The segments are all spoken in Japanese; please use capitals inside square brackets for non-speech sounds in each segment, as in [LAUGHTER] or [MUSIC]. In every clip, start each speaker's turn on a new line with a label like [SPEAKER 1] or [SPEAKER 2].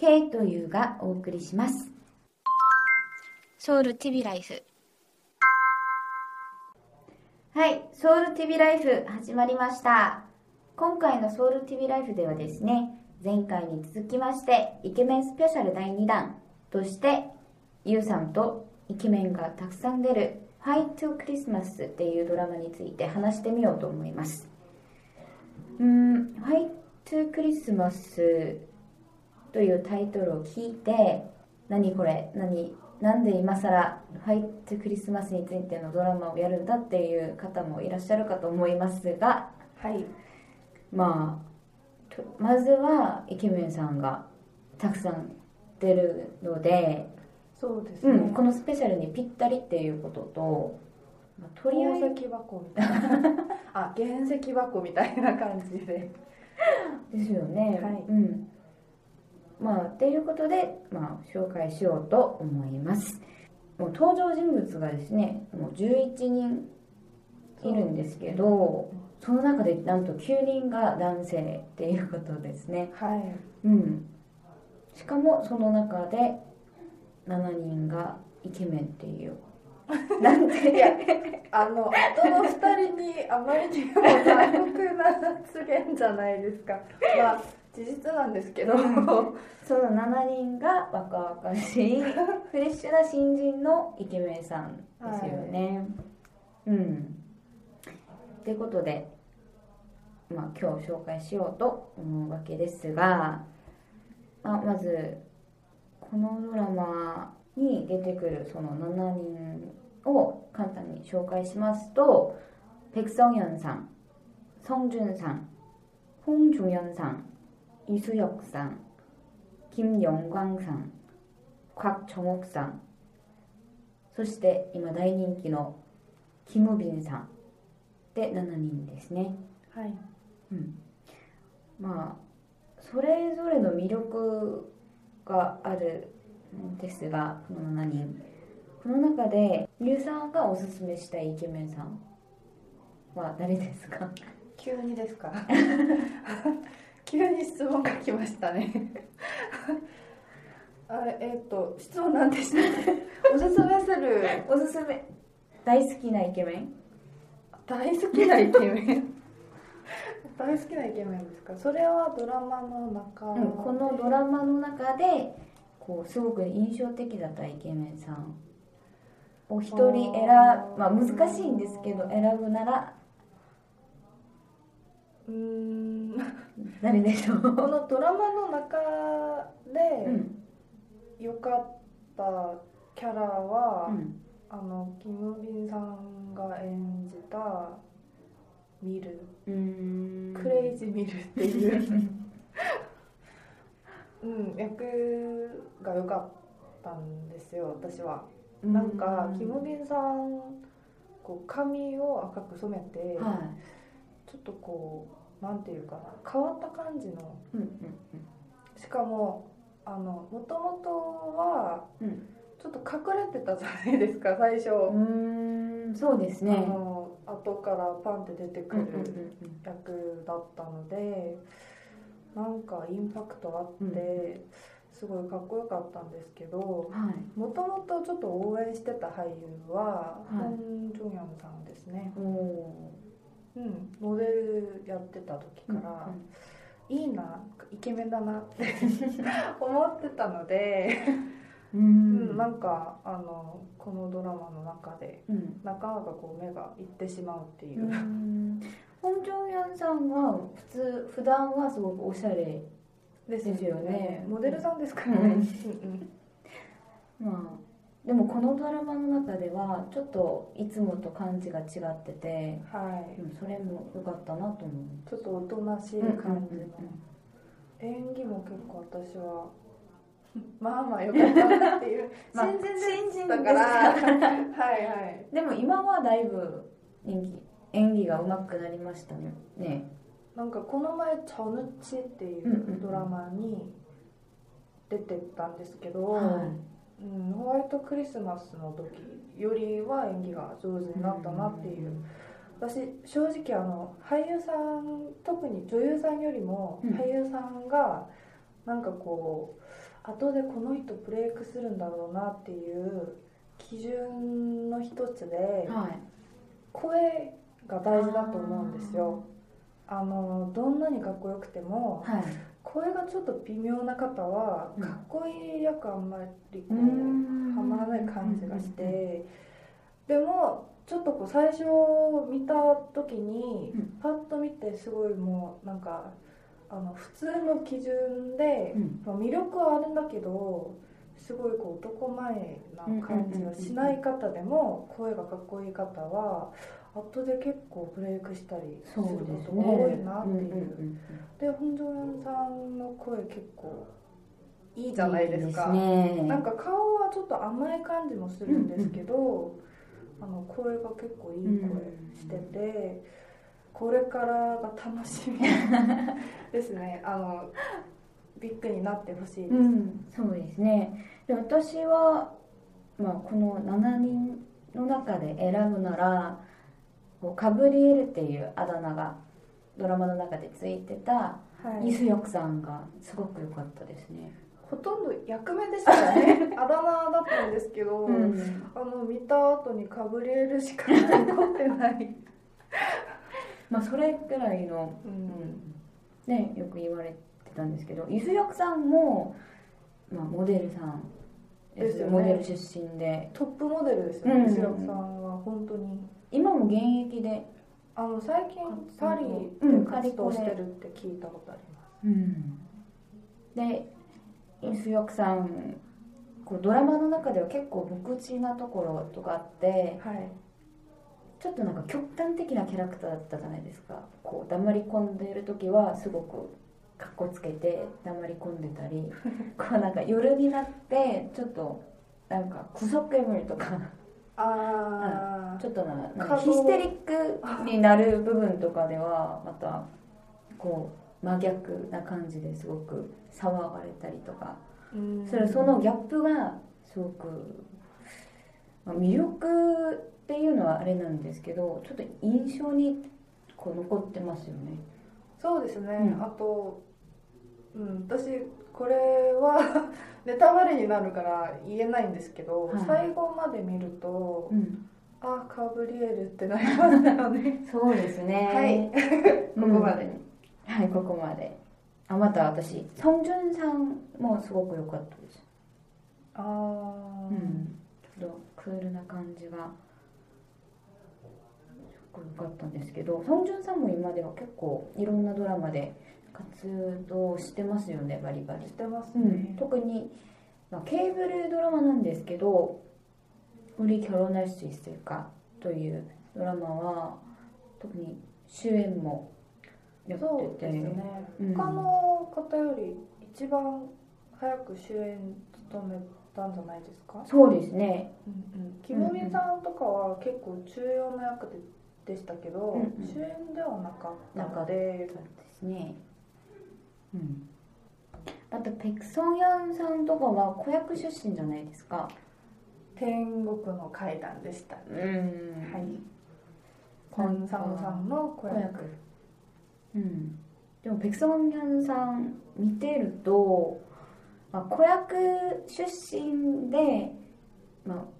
[SPEAKER 1] ケイとユウがお送りします
[SPEAKER 2] ソウル TV ライフ
[SPEAKER 1] はいソウル TV ライフ始まりました今回のソウル TV ライフではですね前回に続きましてイケメンスペシャル第2弾としてユウさんとイケメンがたくさん出る「ファイトクリスマス」っていうドラマについて話してみようと思いますうーん「ファイトクリスマス」というタイトルを聞いて何これ何なんで今更ファイトクリスマスについてのドラマをやるんだっていう方もいらっしゃるかと思いますがはいまあとまずはイケメンさんがたくさん出るので
[SPEAKER 3] そうですね、
[SPEAKER 1] うん、このスペシャルにぴったりっていうことと、まあ、とりあえ
[SPEAKER 3] 宝石箱みたいなあ原石箱みたいな感じで
[SPEAKER 1] ずですよね、
[SPEAKER 3] はい
[SPEAKER 1] うんまあっていうことで、まあ、紹介しようと思いますもう登場人物がですねもう11人いるんですけどその中でなんと9人が男性っていうことですね
[SPEAKER 3] はい
[SPEAKER 1] うんしかもその中で7人がイケメンって
[SPEAKER 3] [LAUGHS]
[SPEAKER 1] いうなんて
[SPEAKER 3] いやあの後の2人にあまりにも残酷な発言じゃないですかまあ事実なんですけど
[SPEAKER 1] その7人が若々しいフレッシュな新人のイケメンさんですよね、うんってことでまあ今日紹介しようと思うわけですが、まあ、まずこのドラマに出てくるその7人を簡単に紹介しますとペクソンヨンさん、ソンジュンさん、ホンジュヨンさん、イスヨクさん、 김영광상, 곽정옥상, そして今大人気のキムビンさんで7人ですね。
[SPEAKER 3] はい
[SPEAKER 1] まあそれぞれの魅力があるんですがこの7人この中でリュウさんがおすすめしたいイケメンさんは誰ですか [LAUGHS]
[SPEAKER 3] 急にですか急に質問が来ましたねあれえっ、と質問なんでしたっけおすすめする
[SPEAKER 1] おすすめ大好きなイケメン
[SPEAKER 3] 大好きなイケメン大好きなイケメンですかそれはドラマの中
[SPEAKER 1] うん、このドラマの中でこうすごく印象的だったイケメンさんお一人選
[SPEAKER 3] あー
[SPEAKER 1] まあ難しいんですけど選ぶなら
[SPEAKER 3] うーん
[SPEAKER 1] 誰でしょ
[SPEAKER 3] こ
[SPEAKER 1] う、
[SPEAKER 3] のドラマの中
[SPEAKER 1] う
[SPEAKER 3] で
[SPEAKER 1] ん
[SPEAKER 3] 良かったキャラ
[SPEAKER 1] う
[SPEAKER 3] は、
[SPEAKER 1] ん、
[SPEAKER 3] あのキム・ビンさんが演じたミル
[SPEAKER 1] うーん
[SPEAKER 3] クレイジーミルっ
[SPEAKER 1] [LAUGHS]
[SPEAKER 3] ていう、うん、役が良かったんですよ私はなんかキム・ビンさんこう髪を赤く染めて、
[SPEAKER 1] は
[SPEAKER 3] ちょっとこうなんていうかな変わった感じの
[SPEAKER 1] い、うん
[SPEAKER 3] しかもあのもともとは
[SPEAKER 1] うん
[SPEAKER 3] ちょっと隠れてたじゃないですか最初、
[SPEAKER 1] うんうん、うーんそうですね
[SPEAKER 3] あの後からパンって出てく
[SPEAKER 1] うんうん
[SPEAKER 3] る
[SPEAKER 1] うん
[SPEAKER 3] 役だったのでなんかインパクトあ
[SPEAKER 1] うん
[SPEAKER 3] ってすごいかっこよかったんですけど
[SPEAKER 1] うんはい
[SPEAKER 3] もともとちょっと応援してた俳優は
[SPEAKER 1] はい
[SPEAKER 3] ホン・ジョンヤンさんですね、
[SPEAKER 1] おお
[SPEAKER 3] うん、モデルやってた時
[SPEAKER 1] ー
[SPEAKER 3] から、いいなイケメンだなって [LAUGHS] 思ってたので、
[SPEAKER 1] う
[SPEAKER 3] うん
[SPEAKER 1] うん
[SPEAKER 3] ん、なんかあのこのドラマの中で
[SPEAKER 1] うん
[SPEAKER 3] なかなかこう目がいってしまうっていうう、
[SPEAKER 1] ん、ホンジョンヤンさんは普通普段はすごくおしゃれ
[SPEAKER 3] です
[SPEAKER 1] ですよね
[SPEAKER 3] モデルさんですからね。
[SPEAKER 1] まあでもこのドラマの中ではちょっといつもと感じが違ってて
[SPEAKER 3] は
[SPEAKER 1] う
[SPEAKER 3] い。
[SPEAKER 1] んそれも良かったなと思
[SPEAKER 3] ちょっとおとなしいう感じの。演技も結構私はまあまあ良かったなっていう
[SPEAKER 1] まあ
[SPEAKER 3] 新人で
[SPEAKER 1] 新
[SPEAKER 3] し
[SPEAKER 1] 人
[SPEAKER 3] た
[SPEAKER 1] です
[SPEAKER 3] か
[SPEAKER 1] から
[SPEAKER 3] [LAUGHS]
[SPEAKER 1] ら
[SPEAKER 3] はいはい
[SPEAKER 1] でも今はだいぶ演技演技が上手くなりましたねね
[SPEAKER 3] なんかこの前「チャヌチ」ってい
[SPEAKER 1] んうんう
[SPEAKER 3] うんドラマに出てたんですけど、
[SPEAKER 1] は
[SPEAKER 3] うん、ホワイトクリスマスの時よりは演技が上手になったなっていう、私正直あの俳優さん特に女優さんよりも
[SPEAKER 1] うん
[SPEAKER 3] 俳優さんがなんかこう後でこの人ブレイクするんだろうなっていう基準の一つで
[SPEAKER 1] はい
[SPEAKER 3] 声が大事だと思うんですよあのどんなにかっこよくても
[SPEAKER 1] はい
[SPEAKER 3] 声がちょっと微妙な方は
[SPEAKER 1] うん
[SPEAKER 3] かっこいい役あんまり
[SPEAKER 1] う
[SPEAKER 3] こう、
[SPEAKER 1] ん
[SPEAKER 3] はまらない感じがしてでもちょっとこう最初見た時に
[SPEAKER 1] うん
[SPEAKER 3] パッと見てすごいもうなんかあの普通の基準で
[SPEAKER 1] うん
[SPEAKER 3] まあ魅力はあるんだけどすごいこう男前な感じがしない方でも声がかっこいい方は後で結構ブレイクしたりす
[SPEAKER 1] そ
[SPEAKER 3] る
[SPEAKER 1] う
[SPEAKER 3] こ
[SPEAKER 1] です
[SPEAKER 3] と
[SPEAKER 1] ね
[SPEAKER 3] が多いなっていう。
[SPEAKER 1] んんん
[SPEAKER 3] で本庄さんの声結構いいじゃないですか。
[SPEAKER 1] いいですね
[SPEAKER 3] なんか顔はちょっと甘い感じもするんですけど、あの声が結構いい声してて、これからが楽しみです [LAUGHS] ねあのビッグになってほしいです、
[SPEAKER 1] うん、そうですね。で私は、まあ、この7人の中で選ぶなら、こうカブリエルっていうあだ名がドラマの中でついてた
[SPEAKER 3] はい
[SPEAKER 1] イスヨクさんがすごく良かったですね。
[SPEAKER 3] ほとんど役目でしたよ [LAUGHS] ねあだ名だったんですけど、
[SPEAKER 1] うん
[SPEAKER 3] あの見た後にかぶれるしか残ってない、
[SPEAKER 1] まあ、それぐらいの、
[SPEAKER 3] [LAUGHS] う
[SPEAKER 1] うんん、ね、よく言われてたんですけど、イスヨクさんも、まあ、モデルさんです
[SPEAKER 3] ですよね
[SPEAKER 1] モデル出身で、
[SPEAKER 3] トップモデルですよね、
[SPEAKER 1] うん
[SPEAKER 3] イスラムさんは本当に
[SPEAKER 1] 今も現役で、
[SPEAKER 3] あの最近パリ
[SPEAKER 1] うん
[SPEAKER 3] で活動してるって聞いたことあります、
[SPEAKER 1] うんでイスヨクさんこうドラマの中では結構無口なところとかあって
[SPEAKER 3] はい
[SPEAKER 1] ちょっとなんか極端的なキャラクターだったじゃないですかこう黙り込んでいる時はすごくかっこつけて黙り込んでたりこうなんか夜になってちょっとなんかクソ煙とか
[SPEAKER 3] ああ、
[SPEAKER 1] ちょっとななん
[SPEAKER 3] 過
[SPEAKER 1] か
[SPEAKER 3] 労
[SPEAKER 1] ヒステリックになる部分とかではまたこう真逆な感じですごく騒がれたりとか
[SPEAKER 3] うん
[SPEAKER 1] それそのギャップがすごくまあ魅力っていうのはあれなんですけどちょっと印象にこう残ってますよね。
[SPEAKER 3] そうですね、
[SPEAKER 1] うん
[SPEAKER 3] あと、うん、私これは [LAUGHS] ネタバレになるから言えないんですけど、
[SPEAKER 1] はい
[SPEAKER 3] 最後まで見ると
[SPEAKER 1] うん、
[SPEAKER 3] あーカブリエルってなります
[SPEAKER 1] [LAUGHS]
[SPEAKER 3] よね
[SPEAKER 1] そうです [LAUGHS] ね。
[SPEAKER 3] ここまで
[SPEAKER 1] うんはいここまで。あまた私ソンジュンさんもすごく良かったです。
[SPEAKER 3] ああ、
[SPEAKER 1] うん、ちょっとクールな感じがすごく良かったんですけどソンジュンさんも今では結構いろんなドラマで活動してますよねバリバリ
[SPEAKER 3] 知っ、てます
[SPEAKER 1] う
[SPEAKER 3] ね、
[SPEAKER 1] ん、特に、まあ、ケーブルドラマなんですけど「ウリ・キョロナシスか」というドラマは特に主演もやってて
[SPEAKER 3] そうですね、
[SPEAKER 1] うん
[SPEAKER 3] 他の方より一番早く主演務めたんじゃないですか、
[SPEAKER 1] そうですね
[SPEAKER 3] うんうん、キム・ミンさんとかは結構重要な役ででしたけど、
[SPEAKER 1] うんうん
[SPEAKER 3] 主演ではなかったので
[SPEAKER 1] そうですね。うん。あとペクソンヤンさんとかは子役出身じゃないですか。
[SPEAKER 3] 天国の階段でした、
[SPEAKER 1] うん
[SPEAKER 3] はい
[SPEAKER 1] コ
[SPEAKER 3] コ
[SPEAKER 1] ン
[SPEAKER 3] ン・サムさんの子
[SPEAKER 1] 子
[SPEAKER 3] 役
[SPEAKER 1] 役。うん。でもペクソンヤンさん見てると、まあ、子役出身で、まあ。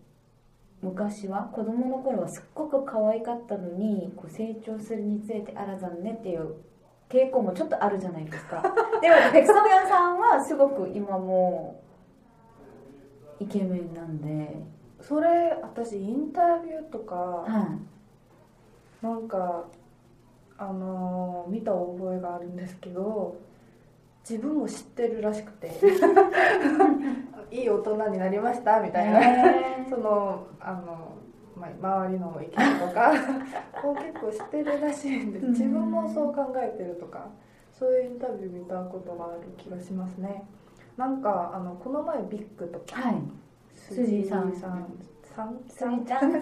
[SPEAKER 1] 昔は子供の頃はすっごく可愛かったのにこう成長するにつれてあら残念っていう傾向もちょっとあるじゃないです [LAUGHS] かでもペクソンヤンさんはすごく今もうイケメンなんで、
[SPEAKER 3] それ私インタビューとか
[SPEAKER 1] は
[SPEAKER 3] なんかあのー見た覚えがあるんですけど自分も知ってるらしく
[SPEAKER 1] [LAUGHS]
[SPEAKER 3] て [LAUGHS] いい大人になりましたみたいな、
[SPEAKER 1] へー
[SPEAKER 3] そのあの、まあ、周りの意見と [LAUGHS] かこう結構知ってるらしいんで
[SPEAKER 1] うん
[SPEAKER 3] 自分もそう考えてるとかそういうインタビュー見たことがある気がしますねなんかあのこの前ビッグとか、
[SPEAKER 1] はい。
[SPEAKER 3] 辻井さん
[SPEAKER 1] 辻井さ
[SPEAKER 3] さ
[SPEAKER 1] ん
[SPEAKER 3] ん
[SPEAKER 1] す
[SPEAKER 3] さん
[SPEAKER 1] みちゃん。は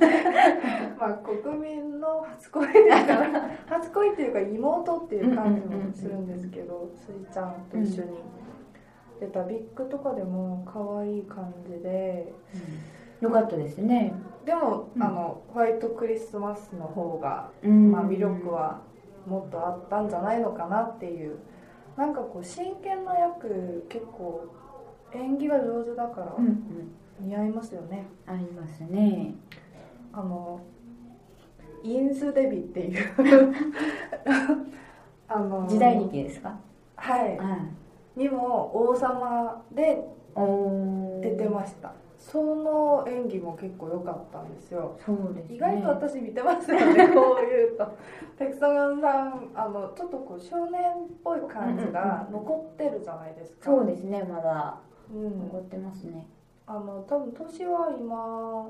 [SPEAKER 3] まあ国民の初恋っていうか初恋っていうか妹っていう感じもするんですけどスイちゃんと一緒に出たビッグとかでも可愛い感じで
[SPEAKER 1] よかったですね。
[SPEAKER 3] でも、
[SPEAKER 1] うん
[SPEAKER 3] あのホワイトクリスマスの方が、
[SPEAKER 1] うん
[SPEAKER 3] まあ、魅力。はもっとあったんじゃないのかなっていうなんかこう真剣な役結構演技が上手だから
[SPEAKER 1] うんうん。
[SPEAKER 3] 似合いますよね、
[SPEAKER 1] ありますね。
[SPEAKER 3] あのインズデビっていう [LAUGHS] あの
[SPEAKER 1] 時代劇ですか。
[SPEAKER 3] はい
[SPEAKER 1] は
[SPEAKER 3] にも王様で
[SPEAKER 1] い。おー
[SPEAKER 3] 出てました、その演技も結構良かったんですよ
[SPEAKER 1] そうです、ね。
[SPEAKER 3] 意外と私見てますよね、こういうとペクソガンさんあのちょっとこう少年っぽい感じが残ってるじゃないですか
[SPEAKER 1] そうですね。まだ
[SPEAKER 3] うん
[SPEAKER 1] 残ってますね。
[SPEAKER 3] あの多分年は今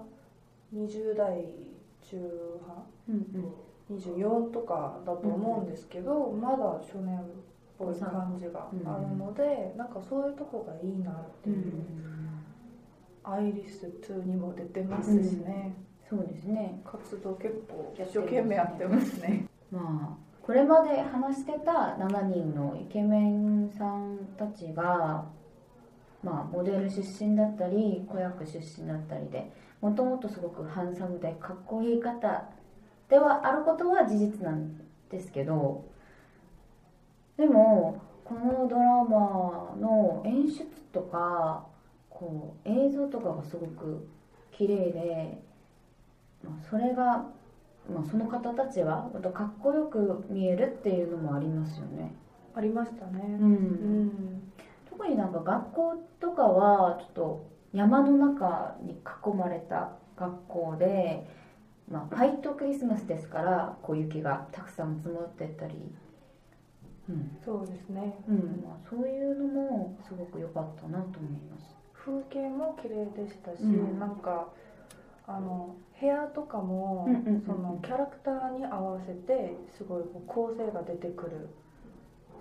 [SPEAKER 3] 20代中半
[SPEAKER 1] うん
[SPEAKER 3] 24とかだと思うんですけど、まだ少年っぽい感じがあるので、なんかそういうとこがいいなって
[SPEAKER 1] うん。う
[SPEAKER 3] いう、
[SPEAKER 1] ん。
[SPEAKER 3] アイリス2にも出てますしね、
[SPEAKER 1] そうですね。
[SPEAKER 3] 活動結構一生懸命やってますね
[SPEAKER 1] まあこれまで話してた7人のイケメンさんたちが、まあ、モデル出身だったり子役出身だったりでもともとすごくハンサムでかっこいい方ではあることは事実なんですけどでもこのドラマの演出とかこう映像とかがすごく綺麗で、まあ、それがまあ、その方たちはまたかっこよく見えるっていうのもありますよね。
[SPEAKER 3] ありましたね
[SPEAKER 1] ん
[SPEAKER 3] うん、
[SPEAKER 1] 特になんか学校とかはちょっと山の中に囲まれた学校で、まあ、ファイトクリスマスですからこう雪がたくさん積もってたり、うん
[SPEAKER 3] そうですね、
[SPEAKER 1] うんまあ、そういうのもすごく良かったなと思います。
[SPEAKER 3] 風景も綺麗でしたし、
[SPEAKER 1] うん
[SPEAKER 3] なんかあの部屋とかも、
[SPEAKER 1] うんうんうん
[SPEAKER 3] そのキャラクターに合わせてすごいこう構成が出てくる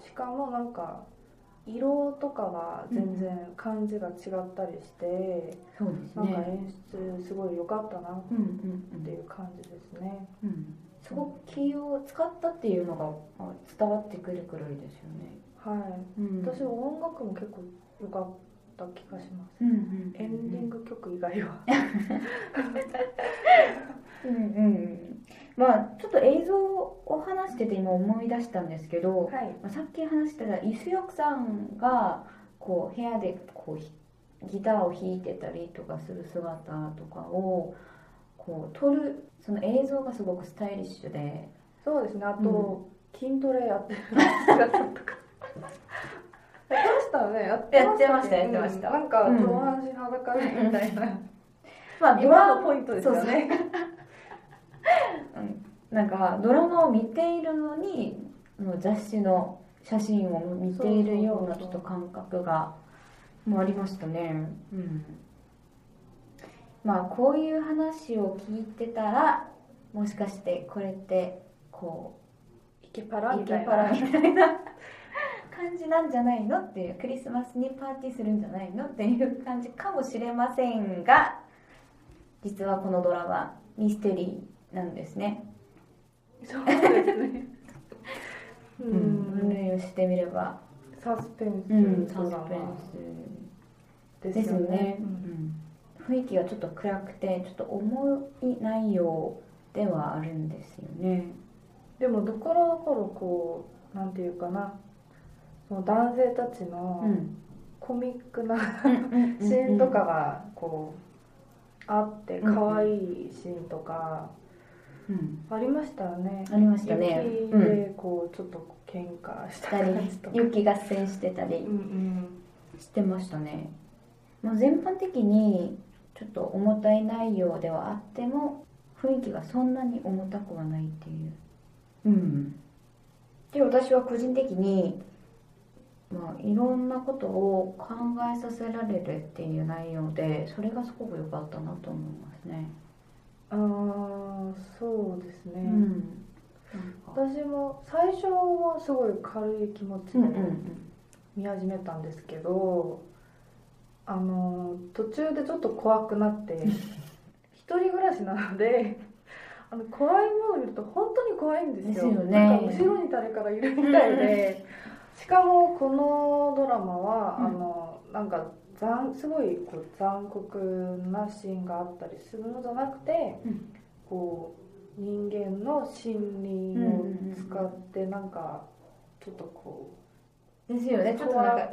[SPEAKER 3] しかもなんか色とかが全然感じが違ったりして、
[SPEAKER 1] そうです
[SPEAKER 3] なんか
[SPEAKER 1] ね、
[SPEAKER 3] 演出すごい良かったなっ
[SPEAKER 1] うんうんうん
[SPEAKER 3] ていう感じですね、
[SPEAKER 1] うん、すごく気を使ったっていうのがまあ伝わってくるくらいですよね。
[SPEAKER 3] は
[SPEAKER 1] う
[SPEAKER 3] い
[SPEAKER 1] ん
[SPEAKER 3] 私は音楽も結構良かった気がします、
[SPEAKER 1] うんうんうん
[SPEAKER 3] エンディング曲以外は
[SPEAKER 1] うんうん、まあちょっと映像を話してて今思い出したんですけど、
[SPEAKER 3] はい
[SPEAKER 1] まあさっき話してたイスヨクさんがこう部屋でこうひギターを弾いてたりとかする姿とかをこう撮るその映像がすごくスタイリッシュで
[SPEAKER 3] そうですねあと、筋トレやってる姿と
[SPEAKER 1] [LAUGHS]
[SPEAKER 3] かやってましたよねやっ
[SPEAKER 1] やってましたやってました
[SPEAKER 3] うんなんか
[SPEAKER 1] うん
[SPEAKER 3] 上半身裸みたいな、
[SPEAKER 1] まあド
[SPEAKER 3] 今
[SPEAKER 1] ラ
[SPEAKER 3] のポイントですよ
[SPEAKER 1] [LAUGHS]
[SPEAKER 3] ね
[SPEAKER 1] なんかドラマを見ているのにあの雑誌の写真を見ているような
[SPEAKER 3] そ
[SPEAKER 1] ち
[SPEAKER 3] うそうそ
[SPEAKER 1] ょ
[SPEAKER 3] うそう
[SPEAKER 1] っと感覚がもありましたね、うん、まあこういう話を聞いてたらもしかしてこれってこ
[SPEAKER 3] イケパ
[SPEAKER 1] う
[SPEAKER 3] ラ
[SPEAKER 1] イ
[SPEAKER 3] み
[SPEAKER 1] ケ
[SPEAKER 3] たい
[SPEAKER 1] パラ
[SPEAKER 3] な
[SPEAKER 1] みたいな感じなんじゃないのっていうクリスマスにパーティーするんじゃないのっていう感じかもしれませんが実はこのドラマミステリーなんですね
[SPEAKER 3] そうですねう
[SPEAKER 1] 分
[SPEAKER 3] ん、
[SPEAKER 1] 類をしてみれば、
[SPEAKER 3] サスペンス、
[SPEAKER 1] サスペン
[SPEAKER 3] ス
[SPEAKER 1] スですよね、
[SPEAKER 3] うん
[SPEAKER 1] うん雰囲気がちょっと暗くてちょっと重い内容ではあるんですよね
[SPEAKER 3] でもどころどころこうなんていうかなその男性たちの
[SPEAKER 1] うん
[SPEAKER 3] コミックな、
[SPEAKER 1] うん
[SPEAKER 3] シーンとかがこうあって
[SPEAKER 1] うん
[SPEAKER 3] 可愛いシーンとか
[SPEAKER 1] うん
[SPEAKER 3] ありましたよね。
[SPEAKER 1] ありましたね
[SPEAKER 3] 雪でこうちょっと喧嘩した
[SPEAKER 1] [LAUGHS]
[SPEAKER 3] 感じとか。
[SPEAKER 1] 二人雪合戦してたり
[SPEAKER 3] うんうん。
[SPEAKER 1] してましたね、まあ、全般的にちょっと重たい内容ではあっても雰囲気がそんなに重たくはないっていううんで私は個人的に、まあ、いろんなことを考えさせられるっていう内容でそれがすごく良かったなと思いますね。
[SPEAKER 3] あーそうですね、
[SPEAKER 1] うんなんか
[SPEAKER 3] 私も最初はすごい軽い気持ち
[SPEAKER 1] うんう
[SPEAKER 3] で
[SPEAKER 1] んうん
[SPEAKER 3] 見始めたんですけど、あの途中でちょっと怖くなって
[SPEAKER 1] [LAUGHS]
[SPEAKER 3] 一人暮らしなのであの怖いもの見ると本当に怖いんですよ
[SPEAKER 1] ですよね
[SPEAKER 3] なんか後ろに誰かがいるみたいでしかもこのドラマは、
[SPEAKER 1] うん
[SPEAKER 3] あのなんか残すごいこう残酷なシーンがあったりするのじゃなくて、
[SPEAKER 1] うん
[SPEAKER 3] こう人間の心理を使ってなんかちょっとこう
[SPEAKER 1] ですよねちょっとなんか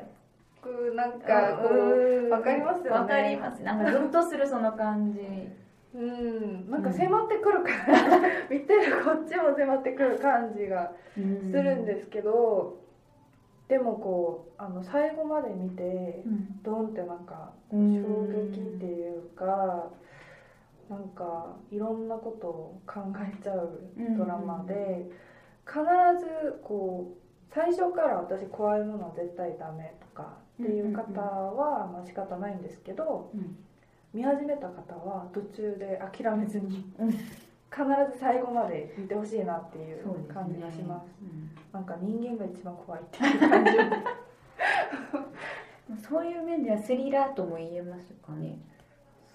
[SPEAKER 3] なんかこう
[SPEAKER 1] うーん
[SPEAKER 3] わかりますよね
[SPEAKER 1] わかりますなんかゾッとするその感じ
[SPEAKER 3] うんなんか迫って
[SPEAKER 1] [LAUGHS]
[SPEAKER 3] くるから、見てるこっちも迫ってくる感じが
[SPEAKER 1] す
[SPEAKER 3] するんですけど、でもこうあの最後まで見て
[SPEAKER 1] うん
[SPEAKER 3] ドンってなんか
[SPEAKER 1] う
[SPEAKER 3] 衝
[SPEAKER 1] ん
[SPEAKER 3] 撃っていうか、なんかいろんなことを考えちゃうドラマで、必ずこう最初から私怖いものは絶対ダメとかっていう方はまあ仕方ないんですけど、
[SPEAKER 1] うん
[SPEAKER 3] 見始めた方は途中で諦めずに、
[SPEAKER 1] うん
[SPEAKER 3] 必ず最後まで見てほしいなっていう
[SPEAKER 1] そうですね
[SPEAKER 3] 感じがします
[SPEAKER 1] うん
[SPEAKER 3] なんか人間が一番怖いって
[SPEAKER 1] [LAUGHS]
[SPEAKER 3] いう感じ
[SPEAKER 1] そういう面ではスリラーとも言えますかね。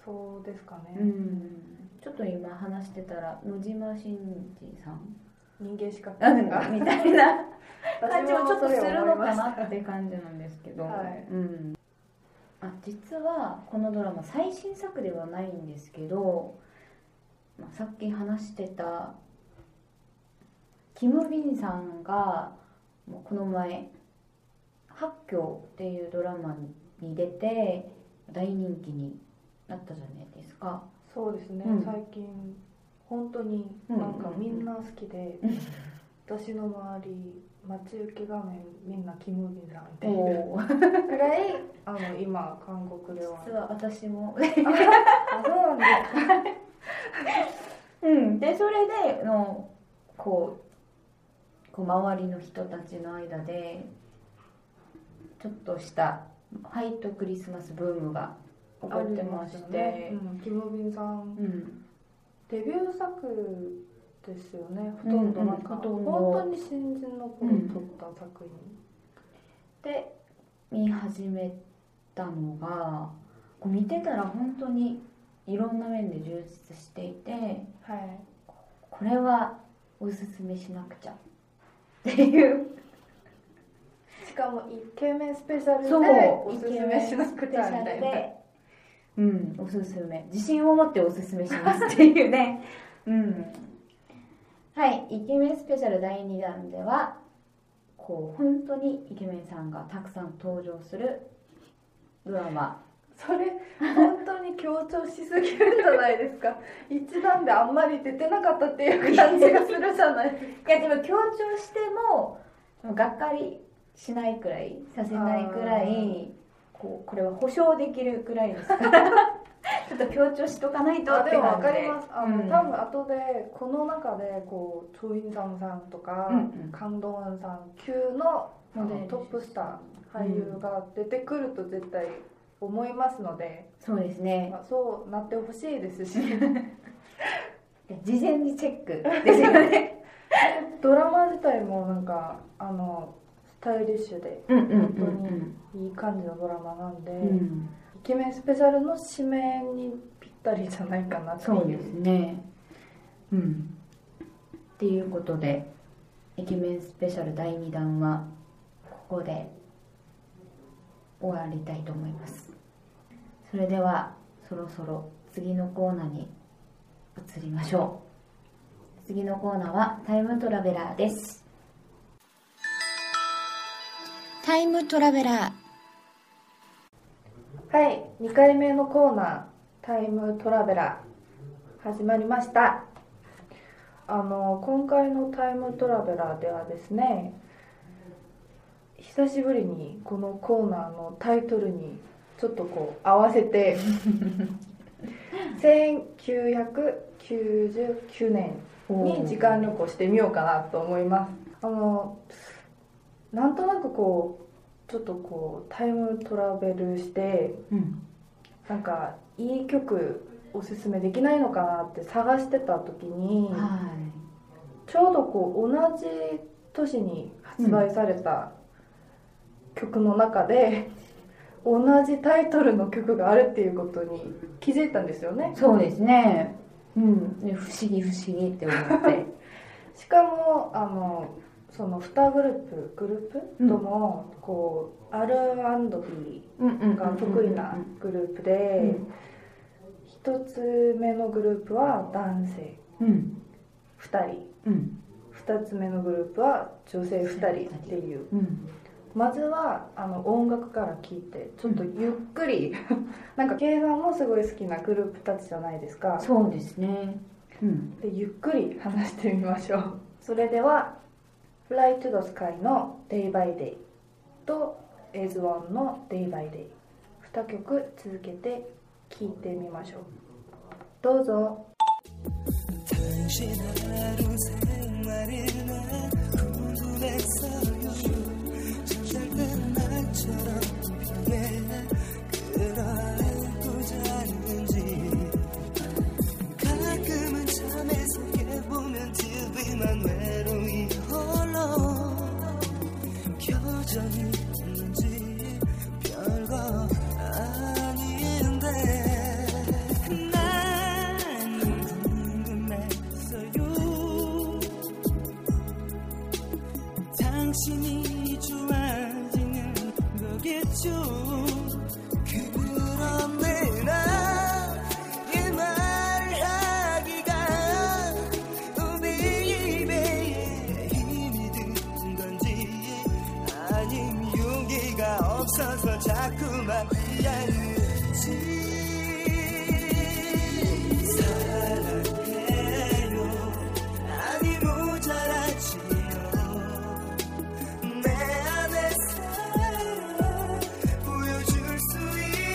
[SPEAKER 3] そうですかね、
[SPEAKER 1] うん。ちょっと今話してたら野島伸二さん
[SPEAKER 3] 人間しか
[SPEAKER 1] あ
[SPEAKER 3] な
[SPEAKER 1] で
[SPEAKER 3] い
[SPEAKER 1] も
[SPEAKER 3] か
[SPEAKER 1] み [LAUGHS] たいな感じ
[SPEAKER 3] 私
[SPEAKER 1] もちょっとするのか
[SPEAKER 3] それを思いま
[SPEAKER 1] な
[SPEAKER 3] した
[SPEAKER 1] って感じなんですけど。
[SPEAKER 3] はい
[SPEAKER 1] うん。あ実はこのドラマ最新作ではないんですけど、まあ、さっき話してたキム・ビンさんがもうこの前「八教」っていうドラマに出て大人気になったじゃないですか。
[SPEAKER 3] そうですね、
[SPEAKER 1] うん
[SPEAKER 3] 最近本当になんかみんな好きで、
[SPEAKER 1] うん
[SPEAKER 3] 私の周り待ち受け画面みんなキム・ギンさんっていう
[SPEAKER 1] お
[SPEAKER 3] [LAUGHS]
[SPEAKER 1] ー
[SPEAKER 3] くらいあの今韓国では
[SPEAKER 1] 実は私も
[SPEAKER 3] あそうなんですか
[SPEAKER 1] うん、でそれでのこうこう周りの人たちの間でちょっとしたファイトクリスマスブームが起こってまして
[SPEAKER 3] ありすよねうん、キム・ギンさん
[SPEAKER 1] うん、
[SPEAKER 3] デビュー作ですよねほとんどなんか、
[SPEAKER 1] うんうんほとんど
[SPEAKER 3] 本当に新人の頃撮った作品、
[SPEAKER 1] で見始めたのがこう見てたら本当にいろんな面で充実していて
[SPEAKER 3] はい
[SPEAKER 1] これはおすすめしなくちゃっていう
[SPEAKER 3] しかもイケメンスペシャルで
[SPEAKER 1] そう
[SPEAKER 3] おすすめしなくちゃみたいな
[SPEAKER 1] うんおすすめ自信を持っておすすめしますっていう [LAUGHS] ねうんはいイケメンスペシャル第2弾ではこう本当にイケメンさんがたくさん登場するドラマ
[SPEAKER 3] それ本当に強 [LAUGHS] 調しすぎるんじゃないですか一段であんまり出てなかったっていう感じがするじゃないです
[SPEAKER 1] いやでも強調してもがっかりしないくらいさせないくら
[SPEAKER 3] あ
[SPEAKER 1] いこうこれは保証できるくらいです
[SPEAKER 3] [LAUGHS]
[SPEAKER 1] からちょっと強調しとかないと
[SPEAKER 3] か
[SPEAKER 1] って感じ
[SPEAKER 3] でも分かりますあの、
[SPEAKER 1] うん
[SPEAKER 3] 多分後でこの中でこうチョ・インサムさんとか、
[SPEAKER 1] うんうん
[SPEAKER 3] カンドンウンさん級のあ
[SPEAKER 1] モデ
[SPEAKER 3] の
[SPEAKER 1] ル
[SPEAKER 3] トップスター俳優が出てくると絶対思いますので、
[SPEAKER 1] そうですね
[SPEAKER 3] まあ、そうなってほしいですし [LAUGHS]
[SPEAKER 1] 事前にチェックですよね
[SPEAKER 3] [LAUGHS] ドラマ自体もなんかあのスタイリッシュで
[SPEAKER 1] うんうん
[SPEAKER 3] 本いい感じのドラマなんで。
[SPEAKER 1] うん、
[SPEAKER 3] イケメンスペシャルの指名にぴったりじゃないかなってい
[SPEAKER 1] そう
[SPEAKER 3] う
[SPEAKER 1] ですねうんっていうことでイケメンスペシャル第2弾はここで終わりたいと思いますそれではそろそろ次のコーナーに移りましょう次のコーナーはタイムトラベラーです
[SPEAKER 2] タイムトラベラー
[SPEAKER 3] はい2回目のコーナー「タイムトラベラー」始まりましたあの今回の「タイムトラベラー」ではですね久しぶりにこのコーナーのタイトルにちょっとこう合わせて1999年に時間旅行してみようかなと思いますあのなんとなくこうちょっとこうタイムトラベルして
[SPEAKER 2] うん
[SPEAKER 3] なんかいい曲おすすめできないのかなって探してた時に、
[SPEAKER 2] はい
[SPEAKER 3] ちょうどこう同じ年に発売された曲の中で、同じタイトルの曲があるっていうことに気づいたんですよね
[SPEAKER 1] そうですね。うん。で不思議不思議って思って。
[SPEAKER 3] しかもあのその2グループグループ
[SPEAKER 2] うん
[SPEAKER 3] とも、こう R&B
[SPEAKER 2] うんうん
[SPEAKER 3] が得意なグループで一、つ目のグループは男性
[SPEAKER 2] うん
[SPEAKER 3] 2人
[SPEAKER 2] うん
[SPEAKER 3] 2つ目のグループは女性2人っていう
[SPEAKER 2] うん
[SPEAKER 3] まずはあの音楽から聴いてちょっとゆっくり、 [LAUGHS] なんか K さんもすごい好きなグループたちじゃないですか
[SPEAKER 2] そうですねうん
[SPEAKER 3] でゆっくり話してみましょうそれでは「Fly to the Sky」の「Day by Day」と「As One」の「Day by Day」2曲続けて聴いてみましょうどうぞ
[SPEAKER 4] 가끔은 잠에서 깨보면 TV만 외로이 홀로 켜져있는지 별거 아닌데 난 궁금했어요 당신이 좋아지는 거겠죠 그런데 나의 말하기가 Oh baby 힘이 든 건지 아님 용기가 없어서 자꾸만 피하는지 사랑해요 아니 모자라지요 내 안의 사랑 보여줄 수 있는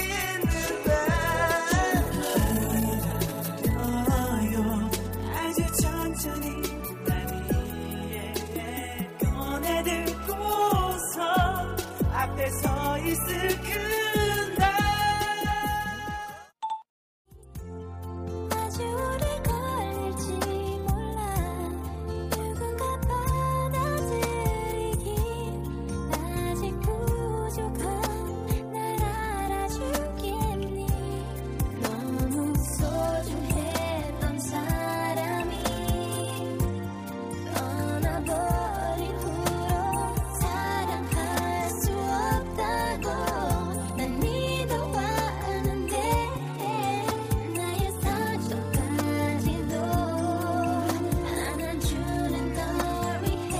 [SPEAKER 4] 날떨어요 아주 천천히 날 위해 꺼내들고서 앞에 서 있을 그날
[SPEAKER 5] 아주 오래 걸릴지 몰라 누군가 받아들이긴 아직 부족한 날 알아주겠니 너무 소중했던 사람이 떠나버린 후로 사랑할 수 없다고 난 믿어왔는데 나의 사정까지도 안아주는 걸 위해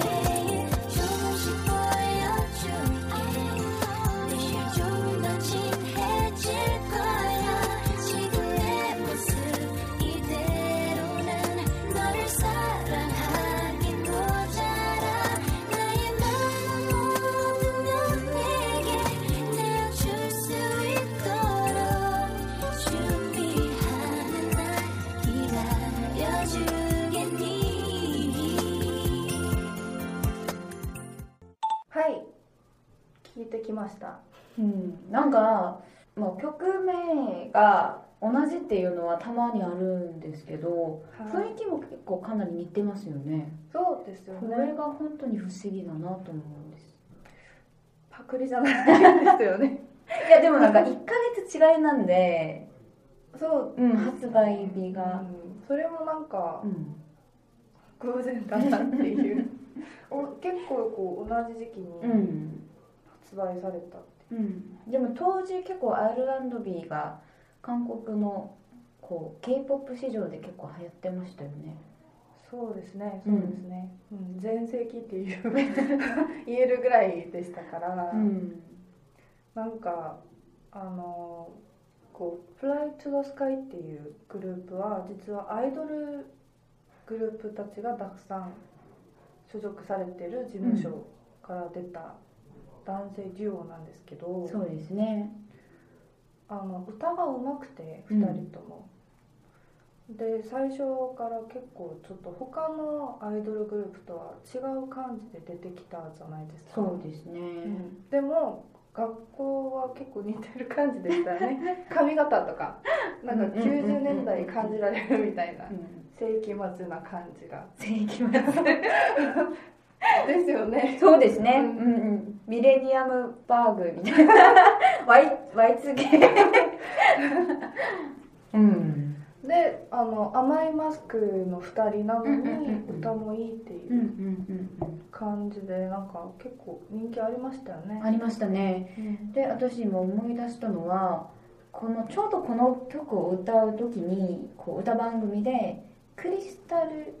[SPEAKER 5] 매일 조금씩 보여줄게 내실 조금 더 진해질 거야 지금 내 모습 이대로 난 너를 사랑하긴 모자라 나의 마음 모든 너에게 내어줄 수 있도록 준비하는 날 기다려주겠니
[SPEAKER 3] はい聴いてきました
[SPEAKER 2] うん、なんか、まあ、曲名が同じっていうのはたまにあるんですけど
[SPEAKER 3] はい
[SPEAKER 2] 雰囲気も結構かなり似てますよね
[SPEAKER 3] そうですよ
[SPEAKER 2] これ
[SPEAKER 3] ね
[SPEAKER 2] が本当に不思議だなと思うんです
[SPEAKER 3] パクリじゃないですよね
[SPEAKER 2] いやでもなんか1ヶ月違いなんで、
[SPEAKER 3] そう
[SPEAKER 2] うん、発売日
[SPEAKER 3] う
[SPEAKER 2] が、
[SPEAKER 3] んそれもなんか
[SPEAKER 2] うん、
[SPEAKER 3] 偶然だなっていう [LAUGHS] お結構こう同じ時期
[SPEAKER 2] う
[SPEAKER 3] に
[SPEAKER 2] ん、
[SPEAKER 3] 発売された、
[SPEAKER 2] うん、でも当時結構 R&B が韓国のこう K-POP 市場で結構流行ってましたよね
[SPEAKER 3] そうですね
[SPEAKER 2] う
[SPEAKER 3] そ
[SPEAKER 2] ん
[SPEAKER 3] うですねうん全盛期っていう [LAUGHS] 言えるぐらいでしたから、
[SPEAKER 2] うん
[SPEAKER 3] なんかあのこう「フライトゥ the Sky」っていうグループは実はアイドルグループたちがたくさん所属されてる事務所から出た男性デュオなんですけど、
[SPEAKER 2] そうですね
[SPEAKER 3] あの歌がうまくて
[SPEAKER 2] うん
[SPEAKER 3] 2人とも、で最初から結構ちょっと他のアイドルグループとは違う感じで出てきたじゃないですか
[SPEAKER 1] そうですね、
[SPEAKER 3] うんでも学校は結構似てる感じでしたよ
[SPEAKER 1] [LAUGHS]
[SPEAKER 3] ね髪型とかなんか90年代感じられるみたいな
[SPEAKER 1] うん、
[SPEAKER 3] 世紀末な感じが
[SPEAKER 1] 世紀末
[SPEAKER 3] [LAUGHS] ですよね
[SPEAKER 1] そうですね、
[SPEAKER 3] うん
[SPEAKER 1] うんうん、ミレニアムバーグみたいな [LAUGHS] Y- Y2K うん
[SPEAKER 3] であの甘いマスクの2人なの
[SPEAKER 1] うん
[SPEAKER 3] に
[SPEAKER 1] うんうん
[SPEAKER 3] 歌もいいって
[SPEAKER 1] うんう
[SPEAKER 3] い
[SPEAKER 1] ん
[SPEAKER 3] う
[SPEAKER 1] うん
[SPEAKER 3] 感じでなんか結構人気ありましたよ
[SPEAKER 1] う
[SPEAKER 3] ね
[SPEAKER 1] んありましたね
[SPEAKER 3] うん
[SPEAKER 1] で私今思い出したのはこのちょうどこの曲を歌う時にこう歌番組でクリスタル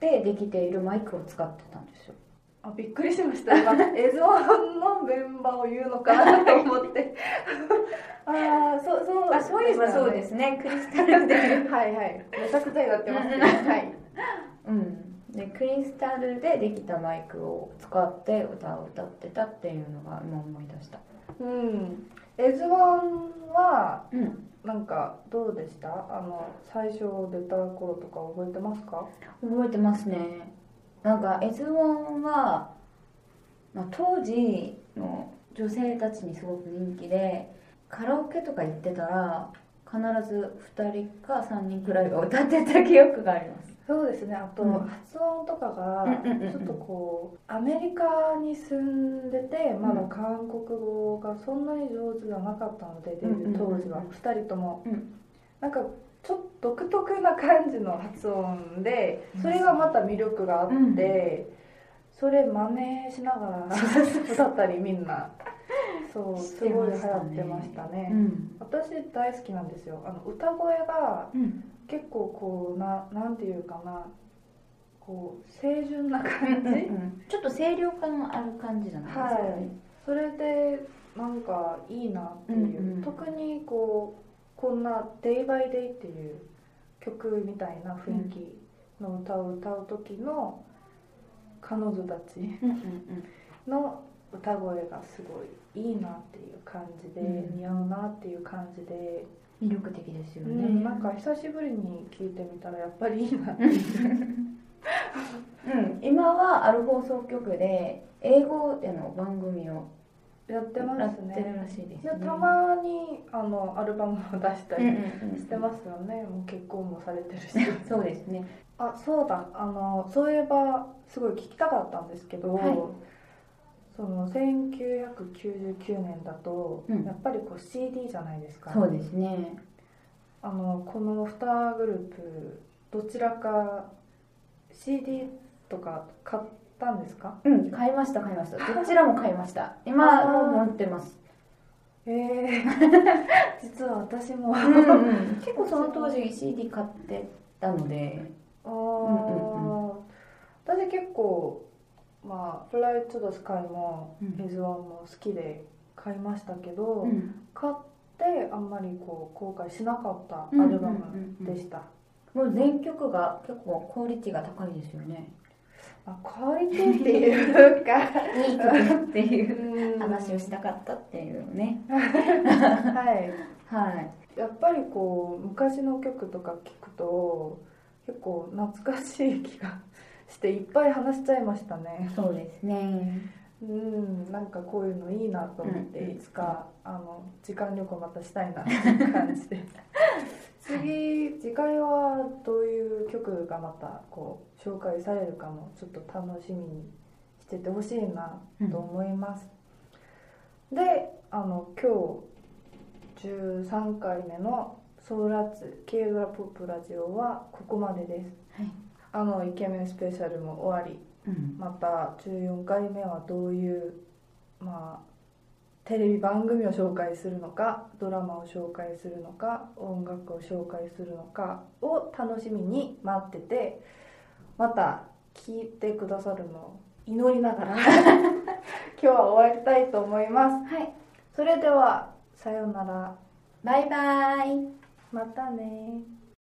[SPEAKER 1] でできているマイクを使ってたんですよ
[SPEAKER 3] あびっくりしましたなんかエゾワンのメンバーを言うのかなと思って
[SPEAKER 1] [LAUGHS]
[SPEAKER 3] ああそうそう
[SPEAKER 1] あそういえばそうですすねクリスタ
[SPEAKER 3] [LAUGHS]
[SPEAKER 1] ルで
[SPEAKER 3] はいはいめちゃくちゃになってますけどはい
[SPEAKER 1] [LAUGHS] うん、でクリスタルでできたマイクを使って歌を歌ってたっていうのが今思い出した
[SPEAKER 3] うんエズワンは
[SPEAKER 1] うん
[SPEAKER 3] なんかどうでしたあの最初出た頃とか覚えてますか
[SPEAKER 1] 覚えてますねなんか S1 は、まあ、当時の女性たちにすごく人気でカラオケとか行ってたら必ず2人か3人くらいが歌ってた記憶があります
[SPEAKER 3] そうですねあと、
[SPEAKER 1] うん
[SPEAKER 3] 発音とかが
[SPEAKER 1] うんうんうんうん
[SPEAKER 3] ちょっとこうアメリカに住んでてまだ韓国語がそんなに上手じゃなかったのでデビュー当時
[SPEAKER 1] う
[SPEAKER 3] は
[SPEAKER 1] んうんうんうん
[SPEAKER 3] 2人とも、
[SPEAKER 1] うん
[SPEAKER 3] なんかちょっと独特な感じの発音でそれがまた魅力があって、
[SPEAKER 1] うん
[SPEAKER 3] それ真似しな
[SPEAKER 1] [LAUGHS]
[SPEAKER 3] がら歌ったりみんなそう
[SPEAKER 1] し
[SPEAKER 3] す
[SPEAKER 1] て
[SPEAKER 3] ご
[SPEAKER 1] ま
[SPEAKER 3] い流
[SPEAKER 1] したね
[SPEAKER 3] 行ってましたね、
[SPEAKER 1] ん
[SPEAKER 3] 私大好きなんですよあの歌声が
[SPEAKER 1] うん
[SPEAKER 3] 結構こうななんていうかなこう清純な
[SPEAKER 1] うん
[SPEAKER 3] 感じ、
[SPEAKER 1] うんちょっと清涼感がある感じじゃないですか
[SPEAKER 3] はい
[SPEAKER 1] ね
[SPEAKER 3] それでなんかいいなっていう、
[SPEAKER 1] うんうん
[SPEAKER 3] 特にこうこんな「Day by Day」っていう曲みたいな雰囲気の歌を歌う時の彼女たち
[SPEAKER 1] うんうんうん
[SPEAKER 3] の歌声がすごいいいなっていう感じで、
[SPEAKER 1] うん
[SPEAKER 3] 似合うなっていう感じで、
[SPEAKER 1] 魅力的ですよ
[SPEAKER 3] う
[SPEAKER 1] ね、
[SPEAKER 3] ん、なんか久しぶりに聴いてみたらやっぱりいいなって
[SPEAKER 1] うん、今はある放送局で英語での番組を
[SPEAKER 3] やってま
[SPEAKER 1] やっ
[SPEAKER 3] すね
[SPEAKER 1] てるらしいです
[SPEAKER 3] で
[SPEAKER 1] ね。
[SPEAKER 3] たまにあのアルバムを出した
[SPEAKER 1] うんう
[SPEAKER 3] り
[SPEAKER 1] んうん
[SPEAKER 3] してますよね、もう結婚もされてるし
[SPEAKER 1] そうですね。
[SPEAKER 3] あそうだあのそういえばすごい聞きたかったんですけど、
[SPEAKER 1] はい
[SPEAKER 3] その1999年だと、
[SPEAKER 1] うん
[SPEAKER 3] やっぱりこう CD じゃないですか
[SPEAKER 1] そうですね。
[SPEAKER 3] あのこの2グループどちらか CD とか買ったんですか
[SPEAKER 1] うん、買いました買いました。どちらも買いました。今も持ってます。
[SPEAKER 3] ええ [LAUGHS] 実は私も
[SPEAKER 1] うん
[SPEAKER 3] [LAUGHS]
[SPEAKER 1] うん、結構その当時 CD 買ってたので、
[SPEAKER 3] ああ、
[SPEAKER 1] ん
[SPEAKER 3] 私結構まあフライトゥドスカイも
[SPEAKER 1] うん
[SPEAKER 3] エズワンも好きで買いましたけど、
[SPEAKER 1] うん、
[SPEAKER 3] 買ってあんまりこう後悔しなかったアルバムでした、
[SPEAKER 1] もう全曲が結構クオリティが高いですよね。
[SPEAKER 3] まあ、クオリティっていう
[SPEAKER 1] [LAUGHS]
[SPEAKER 3] か
[SPEAKER 1] いい曲っていう
[SPEAKER 3] うん
[SPEAKER 1] [LAUGHS] 話をしたかったっていうね。
[SPEAKER 3] はい
[SPEAKER 1] はい。
[SPEAKER 3] やっぱりこう昔の曲とか聞くと結構懐かしい気がしていっぱい話しちゃいましたね
[SPEAKER 1] そうですね。
[SPEAKER 3] うん、なんかこういうのいいなと思って、
[SPEAKER 1] うん
[SPEAKER 3] いつかあの時間旅行またした
[SPEAKER 1] [LAUGHS]
[SPEAKER 3] いなっていう感じで次次回はどういう曲がまたこう紹介されるかもちょっと楽しみにしててほしいなと思います、であの今日13回目の「ソウラツ K ドラポップラジオ」はここまでです
[SPEAKER 1] はい。
[SPEAKER 3] あのイケメンスペシャルも終わり
[SPEAKER 1] うん。
[SPEAKER 3] また14回目はどういう、まあ、テレビ番組を紹介するのかドラマを紹介するのか音楽を紹介するのかを楽しみに待っててまた聞いてくださるのを祈りながら [LAUGHS] 今日は終わりたいと思います
[SPEAKER 1] はい。
[SPEAKER 3] それではさようなら
[SPEAKER 1] バイバイ。
[SPEAKER 3] またね